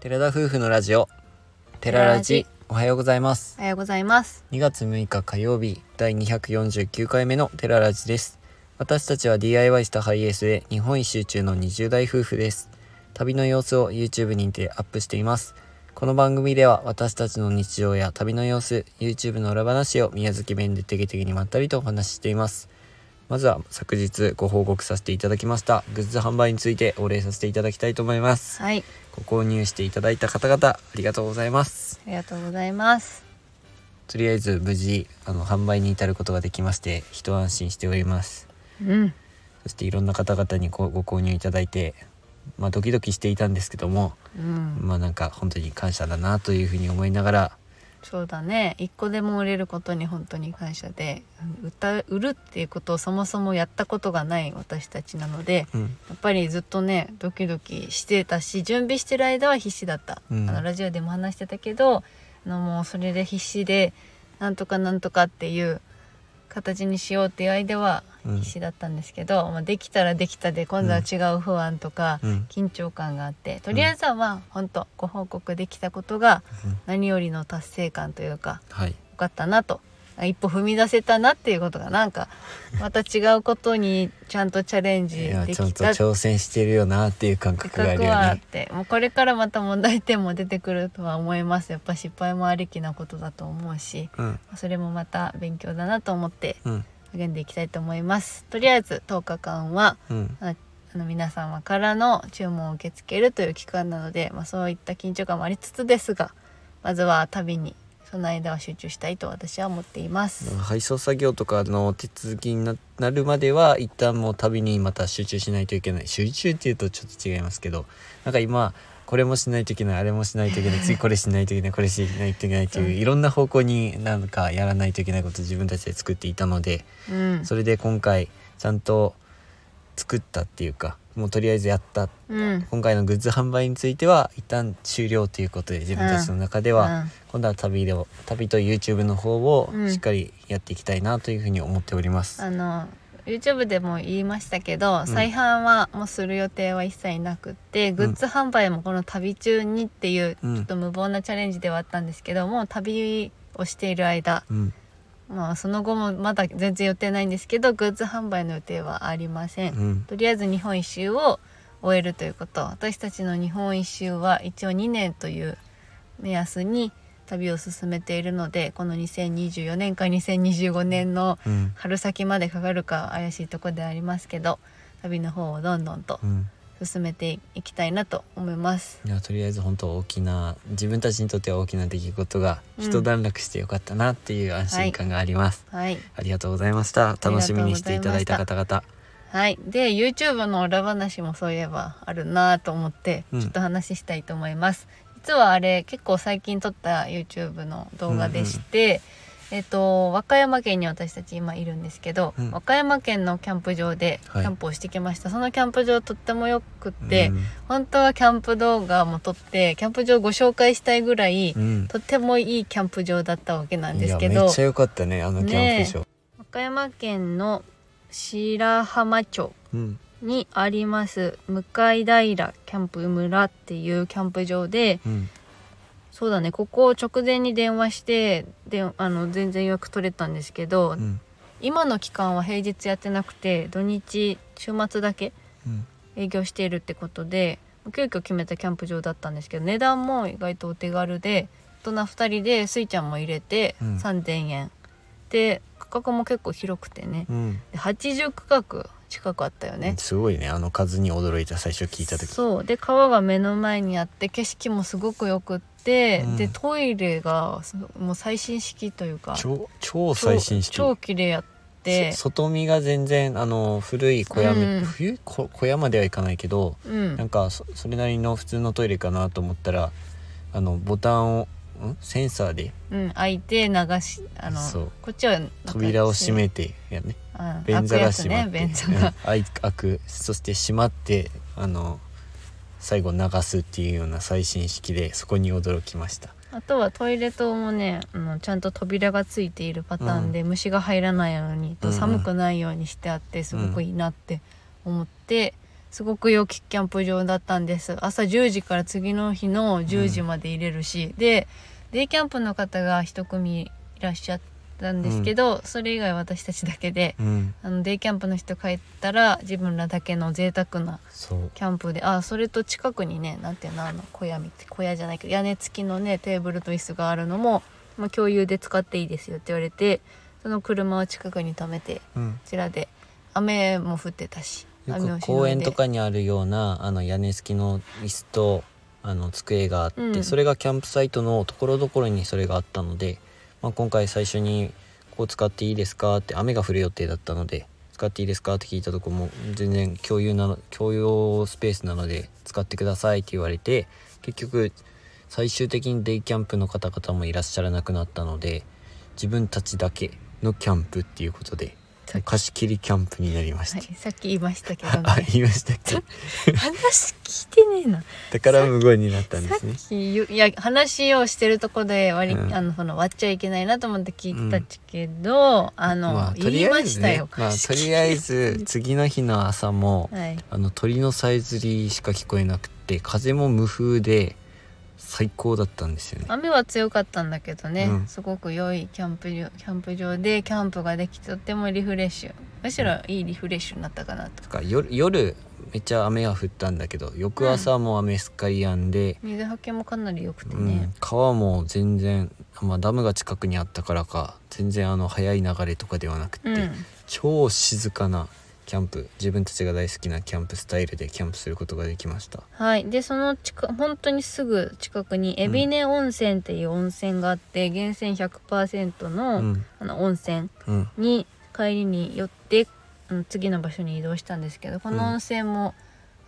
寺田夫婦のラジオ寺ラジ寺おはようございますおはようございます。 2月6日火曜日第249回目の寺ラジです私たちは DIY したハイエースで日本一周中の20代夫婦です旅の様子を YouTube にてアップしていますこの番組では私たちの日常や旅の様子 YouTube の裏話を宮崎弁でてげてげにまったりとお話ししていますまずは昨日ご報告させていただきましたグッズ販売についてお礼させていただきたいと思いますはい、ご購入していただいた方々ありがとうございますありがとうございます。とりあえず無事あの販売に至ることができまして一安心しておりますうん、そしていろんな方々にごご購入いただいてまあドキドキしていたんですけどもうん、まあなんか本当に感謝だなというふうに思いながらそうだね。一個でも売れることに本当に感謝で、うん歌売るっていうことをそもそもやったことがない私たちなので、うんやっぱりずっとねドキドキしてたし、準備してる間は必死だった。うんあのラジオでも話してたけど、あのもうそれで必死でなんとかなんとかっていう形にしようっていう間はうん必死だったんですけど、まあできたらできたで今度は違う不安とか。うん緊張感があってとりあえずはまあ本当ご報告できたことがうん何よりの達成感というかはいよかったなとあ一歩踏み出せたなっていうことがなんかまた違うことにちゃんとチャレンジいやでちゃんきとた挑戦してるよなっていう感自覚があ覚るよはあっねてもうこれからまた問題点も出てくるとは思いますやっぱ失敗もありきなことだと思うしうんそれもまた勉強だなと思ってうん励んでいきたいと思いますとりあえず10日間はうんああの皆様からの注文を受け付けるという期間なので、まあ、そういった緊張感もありつつですがまずは旅にその間は集中したいと私は思っています。配送作業とかの手続きにななるまでは一旦もう旅にまた集中しないといけない集中っていうとちょっと違いますけどなんか今これもしないといけないあれもしないといけない次これしないといけないこれしないといけないといういろんな方向になんかやらないといけないことを自分たちで作っていたのでうん、それで今回ちゃんと作ったっていうかもうとりあえずやったうん、今回のグッズ販売については一旦終了ということで自分たちの中では、今度は旅でも旅と YouTube の方をうんしっかりやっていきたいなというふうに思っております。あの YouTube でも言いましたけど、ん再販はもうする予定は一切なくってグッズ販売もこの旅中にっていううちょっん、と無謀なチャレンジではあったんですけどもう旅をしている間うん、まあその後もまだ全然予定ないんですけどグッズ販売の予定はありませんう、ん、とりあえず日本一周を終えるということ私たちの日本一周は一応2年という目安に旅を進めているのでこの2024年か2025年のうん、春先までかかるか怪しいとこではありますけど旅の方をどんどんとうん。進めていきたいなと思います。いやとりあえず本当大きな自分たちにとっては大きな出来事がうん一段落してよかったなっていう安心感があります。はい、ありがとうございました。楽しみにしていただいた方々。はい、で YouTube の裏話もそういえばあるなと思ってうんちょっと話したいと思います、実はあれ結構最近撮った YouTube の動画でして、えっと和歌山県に私たち今いるんですけど、うん和歌山県のキャンプ場でキはいャンプをしてきました、そのキャンプ場とってもよくって、うん本当はキャンプ動画も撮ってキャンプ場をご紹介したいぐらい、うん、とってもいいキャンプ場だったわけなんいですやけめどっちゃ良かったねあのキャンプ場。和歌山県の白浜町うん、にあります向井平キャンプ村っていうキャンプ場でうん、そうだねここを直前に電話してであの全然予約取れたんですけど、うん、今の期間は平日やってなくて土日週末だけうん、営業しているってことで急遽決めたキャンプ場だったんですけど値段も意外とお手軽で大人2人でスイちゃんも入れてうん3,000円、で価格も結構広くてねうん、で80区画近くあったよね。すごいねあの数に驚いた最初聞いた時。そうで川が目の前にあって景色もすごくよくって、うんでトイレがそのもう最新式というか超超最新式。超超綺麗やってそ外見が全然あの古い小屋み、うん冬こ小屋まではいかないけどうんなんかそそれなりの普通のトイレかなと思ったらあのボタンをんセンサーでうん開いて流しあのそうこっちはなんか扉を閉めてやねうん便座が閉まっ開くて、やつね便座うんが開い開くそして閉まってあの最後流すっていうような最新式でそこに驚きました。あとはトイレ棟もねあのちゃんと扉がついているパターンで、虫が入らないようにとうんうん寒くないようにしてあってすごくいいなって思って、すごく良きキャンプ場だったんです朝10時から次の日の10時まで入れるし、でデイキャンプの方が一組いらっしゃったんですけど、それ以外私たちだけでうんあのデイキャンプの人帰ったら自分らだけの贅沢なそうキャンプであそれと近くにねなんていうのあの小屋みたい小屋じゃないけど屋根付きのねテーブルと椅子があるのも、まあ、共有で使っていいですよって言われてその車を近くに止めてこうんちらで雨も降ってたしよ雨をくしの公い園でとかにあるようなあの屋根付きの椅子とあの机があって、うんそれがキャンプサイトのところどころにそれがあったので、まあ、今回最初に「こう使っていいですか?」って雨が降る予定だったので「使っていいですか?」って聞いたとこも全然共有なの共用スペースなので使ってくださいって言われて結局最終的にデイキャンプの方々もいらっしゃらなくなったので自分たちだけのキャンプっていうことでさっき貸し切りキャンプになりましたは。い、さっき言いましたけど あね言いましたっけ話聞いてねえな 宝無言になったんでさすねっきゆいや話をしてるとこで割り、うんあのその割っちゃいけないなと思って聞いてたけど、あの、まあと言りいあまえずしたねよ、まあとりあえ ず次の日の朝もはいあの鳥のさえずりしか聞こえなくて風も無風で最高だったんですよね雨は強かったんだけどね、うんすごく良いキャンプ場キャンプ場でキャンプができてとってもリフレッシュむしろいいリフレッシュになったかなとだから夜夜めっちゃ雨が降ったんだけど翌朝も雨すっかり止んで、水はけもかなり良くてうんね、川も全然、まあ、ダムが近くにあったからか全然あの速い流れとかではなくて、うん超静かなキャンプ自分たちが大好きなキャンプスタイルでキャンプすることができましたはいでその近本当にすぐ近くに海老根温泉っていう温泉があって源泉100%の,、うんあの温泉うんに帰りに寄ってあの次の場所に移動したんですけどこうんの温泉も、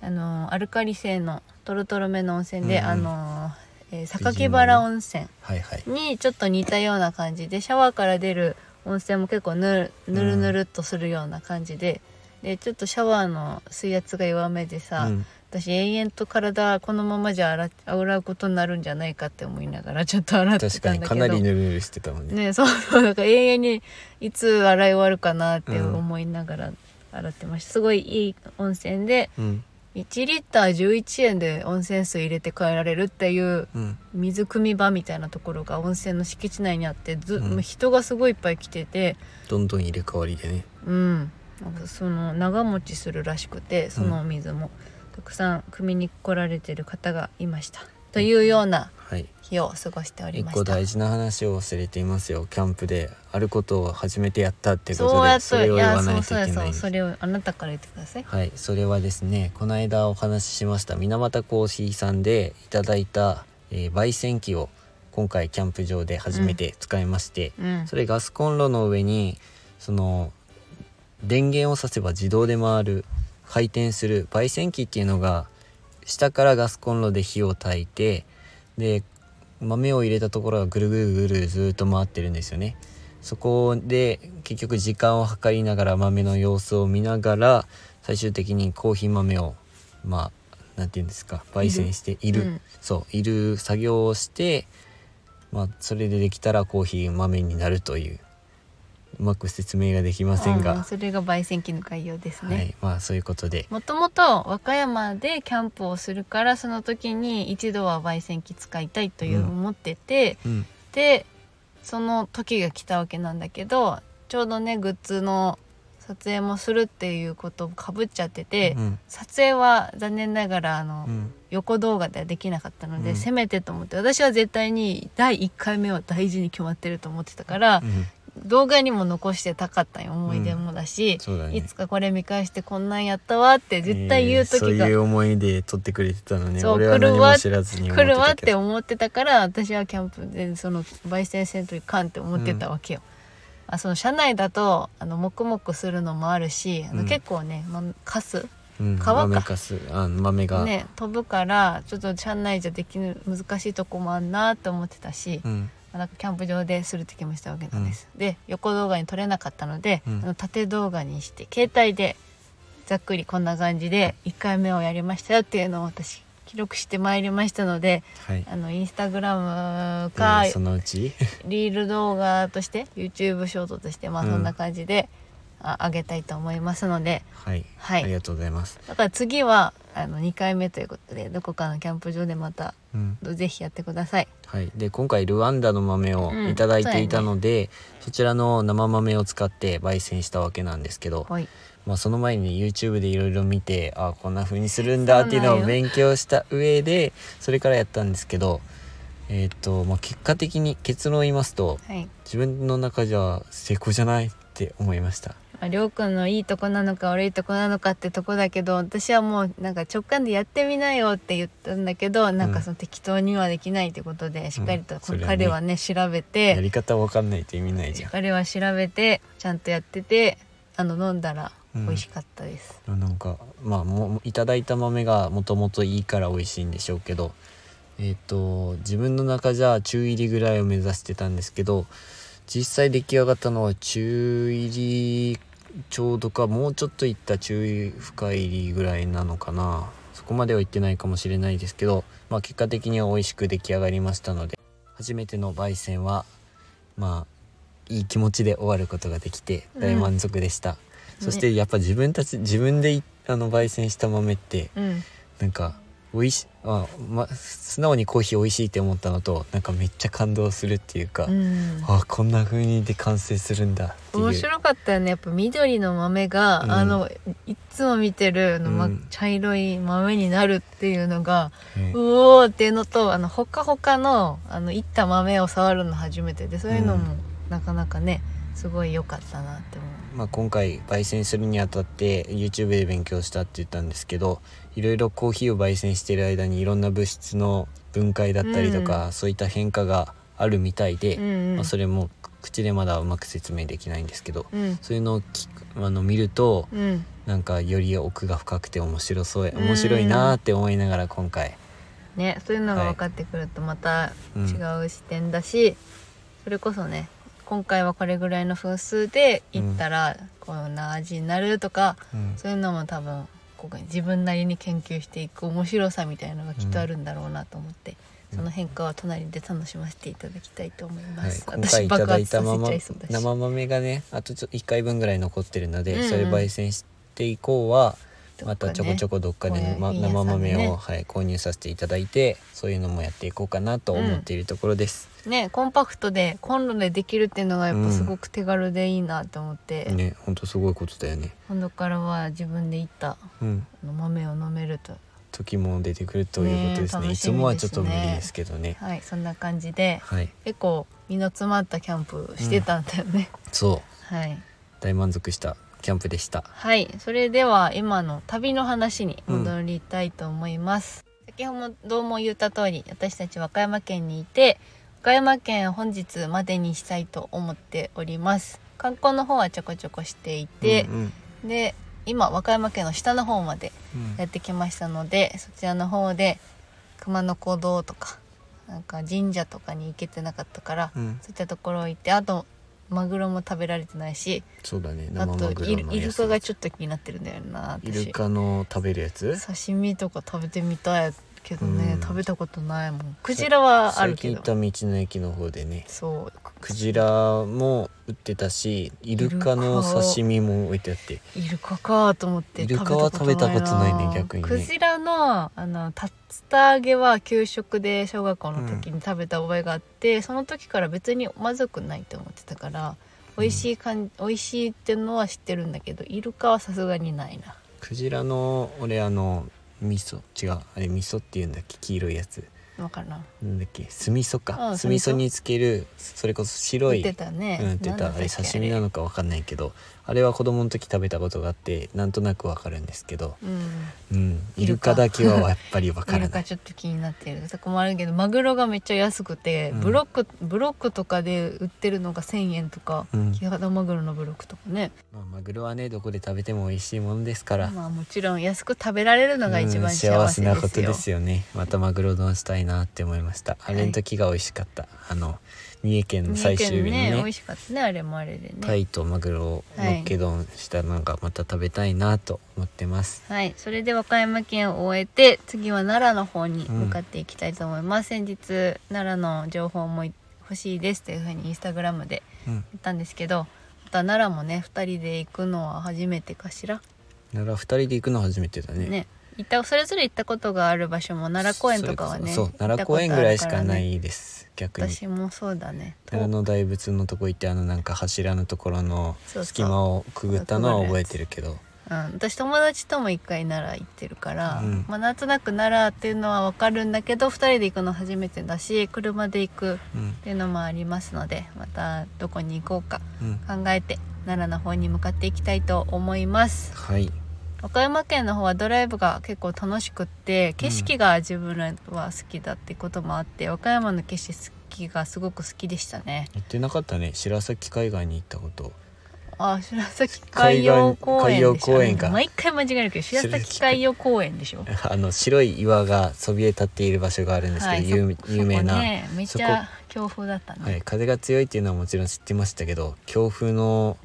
あのアルカリ性のトロトロめの温泉で、うんうんあの、えー美人だね榊原温泉はいはいにちょっと似たような感じでシャワーから出る温泉も結構ぬるぬるぬるっとするような感じで。でちょっとシャワーの水圧が弱めでさ、うん私永遠と体このままじゃ洗っ洗うことになるんじゃないかって思いながらちょっと洗ってたん確だけどかにかなりヌルヌルしてたもんねねそうそうだから永遠にいつ洗い終わるかなって思いながら洗ってました、すごいいい温泉でうん1リッター11円で温泉水入れて帰られるっていううん水汲み場みたいなところが温泉の敷地内にあってず、うんもう人がすごいいっぱい来ててどんどん入れ替わりでねうんなんかその長持ちするらしくてそのお水も、たくさん汲みに来られてる方がいましたというようなはい日を過ごしており一ま個した大事な話を忘れていますよキャンプであることを初めてやったってこそとうやでっそとれをい言やわそないうとそういやけそないうそれをあなたから言ってくださいはいそれはですねこの間お話ししました水俣コーヒーさんでいただいた、えー焙煎機を今回キャンプ場で初めて使いまして、うんそれガスコンロの上にその電源を挿せば自動で回る回転する焙煎機っていうのが下からガスコンロで火を焚いてで豆を入れたところがぐるぐるぐるぐるずーっと回ってるんですよね。そこで結局時間を計りながら豆の様子を見ながら最終的にコーヒー豆をまあなんて言うんですか焙煎しているうんそういる作業をしてまあそれでできたらコーヒー豆になるといううまく説明ができませんうんが、それが焙煎機の概要ですはいねまあそういうことでもともと和歌山でキャンプをするからその時に一度は焙煎機使いたいといううん思ってて、うんでその時が来たわけなんだけどちょうどねグッズの撮影もするっていうことをかぶっちゃってて、うん撮影は残念ながらあの、うん横動画ではできなかったのうで、んせめてと思って私は絶対に第1回目は大事に決まってると思ってたからう、ん動画にも残してたかったんよ思い出もだし、そうだねいつかこれ見返してこんなんやったわって絶対言う時えがーそういう思いで撮ってくれてたのねそう俺は何も知らずに思来ってるわたっけてど思ってたから私はキャンプでその焙煎セントにかんって思ってたわけよ。あその車内だとあの黙々するのもあるしあのうん結構ね、ま、カスうん皮か豆かすあ豆が、ね飛ぶからちょっと車内じゃできる難しいとこもあんなと思ってたし、うんなんかキャンプ場でするって気もしたわけなんです、で横動画に撮れなかったので、うんあの縦動画にして携帯でざっくりこんな感じで1回目をやりましたよっていうのを私記録してまいりましたのではいあのインスタグラムか、でそのうち リール動画として YouTube ショートとしてまあうんそんな感じで、あ上げたいと思いますのではい、はいありがとうございます。だから次はあの2回目ということでどこかのキャンプ場でまたうん、ぜひやってくださいはい、で今回ルワンダの豆をうんいただいていたので、そちらの生豆を使って焙煎したわけなんですけど、はいまあ、その前に YouTube でいろいろ見てあこんな風にするんだっていうのそうをなん勉強した上でそれからやったんですけど、えーっとまあ、結果的に結論を言いますとはい自分の中じゃ成功じゃないって思いました。まありょうくんのいいとこなのか悪いとこなのかってとこだけど私はもうなんか直感でやってみなよって言ったんだけどなんかその適当にはできないってことでしっかりとうんそれはね彼はね調べてやり方わかんないと意味ないじゃん。彼は調べてちゃんとやっててあの飲んだらう美ん味しかったです、なんかまあもいただいた豆がもともといいから美味しいんでしょうけどえっ、と自分の中じゃ中入りぐらいを目指してたんですけど実際出来上がったのは中入りちょうどかもうちょっといった中深入りぐらいなのかなそこまではいってないかもしれないですけど、まあ、結果的には美味しく出来上がりましたので初めての焙煎はまあいい気持ちで終わることができて大満足でした、そしてやっぱ自分たち自分でいあの焙煎した豆ってうんなんか美味しあ、ま、素直にコーヒー美味しいって思ったのとなんかめっちゃ感動するっていうか、うん、あこんな風にで完成するんだっていう面白かったよねやっぱ緑の豆が、うんあのいつも見てるあの、まうん茶色い豆になるっていうのが、ねうおーっていうのとあのほかほかのあのいった豆を触るの初めてでそういうのもうんなかなかねすごい良かったなって思う。まあ、今回焙煎するにあたって YouTube で勉強したって言ったんですけどいろいろコーヒーを焙煎してる間にいろんな物質の分解だったりとか、そういった変化があるみたいで、うんうんまあ、それも口でまだうまく説明できないんですけどうんそういうのを聞くあの見るとうん、なんかより奥が深くて面白そうやうん面白いなーって思いながら今回ねそういうのが分かってくるとまた違う視点だし、それこそね今回はこれぐらいの分数でいったらこんな味になるとか、うんそういうのも多分ここ自分なりに研究していく面白さみたいなのがきっとあるんだろうなと思って、うんその変化は隣で楽しませていただきたいと思いまはい、す。今回いただいたままそうだし生豆がねあとちょ1回分ぐらい残ってるので、うんうんそれ焙煎して以降はまたちょこちょここどっかこうで、いうま、飲み屋さ生んでね豆を、はい、購入させていただいてそういうのもやっていこうかなと思っているところです、ねコンパクトでコンロでできるっていうのがやっぱすごく手軽でいいなと思って、ねほんとすごいことだよね今度からは自分でいったうんあの豆を飲めると時も出てくるということですねねえ楽しみいつもはちょっと無理ですねですけどねはいそんな感じではい結構身の詰まったキャンプしてたんだよね、そうはい大満足したキャンプでしたはい、それでは今の旅の話に戻りたいと思います。先ほども言った通り、私たち和歌山県にいて、和歌山県本日までにしたいと思っております。観光の方はちょこちょこしていてう、んうんで、今和歌山県の下の方までうんやってきましたので、そちらの方で熊野古道とか、なんか神社とかに行けてなかったから、うん、そういったところ行って、あとマグロも食べられてないし、そうだねあ生とマグイロルのイやルつカがちょっと気になってるんだよなイ私ルカの食べるやつ刺身とか食べてみたいけどね、うん食べたことないもんクジラはある最け近ど行った道の駅の方でねそうクジラも売ってたしイルカの刺身も置いてあってイルカかと思ってイルカは食べたことないね食べたこと逆にねクジラのあの竜田揚げは給食で小学校の時に食べた覚えがあって、その時から別にまずくないと思ってたから美味しいかん、美味しいってのは知ってるんだけどイルカはさすがにないなクジラの俺あの味噌違うあれ味噌っていうんだっけ黄色いやつ分からんなんだっけ酢味噌うかん酢味噌につけるそれこそ白言っいてたね、うん、出たあれ刺身なの、のかわかんないけどあれは子供の時食べたことがあってなんとなくわかるんですけど、うんうん、イイルルカカだけはやっぱりわか イルらカないちょっと気になってるそこもあるけどマグロがめっちゃ安くて、うんブロックブロックとかで売ってるのが1,000円とか、うんキハダマグロのブロックとかねまあ、マグロはねどこで食べても美味しいものですから、まあもちろん安く食べられるのが一うん番幸幸せせですよなことですよねまたマグロ丼したいなって思いましたあれの時が美味しかった、あの三重県の最終日に三重ね県美味しかったねあれもあれでねタイとマグロをのっけ丼したのがまた食べたいなと思ってます、はい、それで和歌山県を終えて次は奈良の方に向かっていきたいと思います、先日奈良の情報も欲しいですというふうにインスタグラムでうん言ったんですけどった奈良もね2人で行くのは初めてかしら奈良2人で行くの初めてだねね行ったそれぞれ行ったことがある場所も奈良公園とかはねそうそう行っ奈た良こと公園ぐらいしあるからねないです逆に私もそうだね寺の大仏のとこ行ってあのなんか柱のところのそうそう隙間をくぐったのは覚えてるけどうん、私友達とも一回奈良行ってるから、うんまあ、なんとなく奈良っていうのはわかるんだけど2人で行くの初めてだし車で行くうんっていうのもありますのでまたどこに行こうかうん考えて奈良の方に向かっていきたいと思いますはい岡山県の方はドライブが結構楽しくって景色が自分らは好きだってこともあって、岡山の景色がすごく好きでしたね行ってなかったね白崎海岸に行ったこと あ白崎海洋公園でしょ海洋公園か毎回間違えるけど白崎海洋公園でしょあの白い岩がそびえ立っている場所があるんですけど、有そ有名な、そこね、めっちゃ強風だったね、はい、風が強いっていうのはもちろん知ってましたけど強風の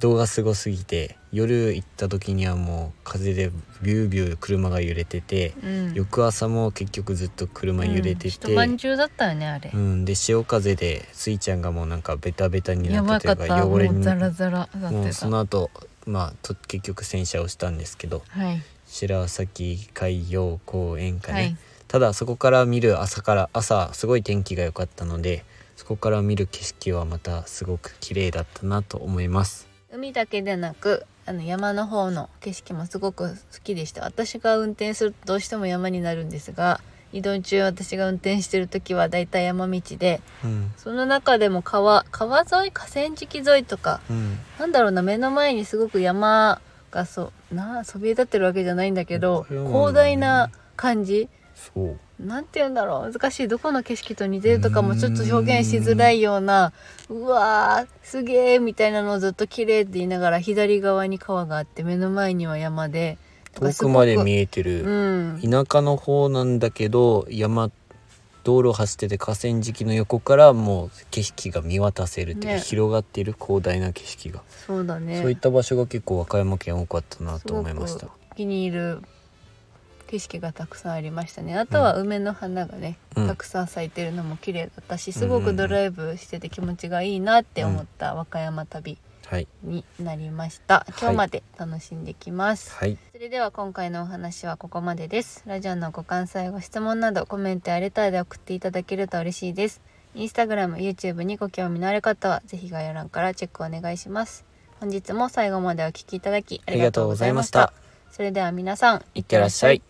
動画すごすぎて夜行った時にはもう風でビュービュー車が揺れてて、うん翌朝も結局ずっと車揺れてうん、て、一晩中だったよねあれ、うん、で潮風でスイちゃんがもうなんかベタベタにやなばってかっというかたも汚れうにザラザラだっもてうそたの後まあと結局洗車をしたんですけどはい白崎海洋公園かね、はいただそこから見る朝から朝すごい天気が良かったのでそこから見る景色はまたすごく綺麗だったなと思います海だけでなくあの山の方の景色もすごく好きでした私が運転するとどうしても山になるんですが移動中私が運転してる時はだいたい山道でうんその中でも川川沿い河川敷沿いとかうんなんだろうな目の前にすごく山がそうなそびえ立ってるわけじゃないんだけどうん広大な感じそうなんて言うんだろう難しいどこの景色と似てるとかもちょっと表現しづらいようなうわーすげーみたいなのをずっと綺麗って言いながら左側に川があって目の前には山で遠くまで見ええてうるん田舎の方なんだけど山道路走ってて河川敷の横からもう景色が見渡せるっていうか、ね広がっている広大な景色が、そうだねそういった場所が結構和歌山県多かったなと思いましすたごく気に入る景色がたくさんありましたねあとは梅の花がね、うんたくさん咲いてるのも綺麗だったしすごくドライブしてて気持ちがいいなって思った和歌山旅はいになりましたい今日まで楽しんできます、はいそれでは今回のお話はここまでですラジオのご感想やご質問などコメントやレターで送っていただけると嬉しいですインスタグラム YouTube にご興味のある方はぜひ概要欄からチェックお願いします本日も最後までお聞きいただきあありりががととううごござざいいままししたたそれでは皆さんいってらっしゃい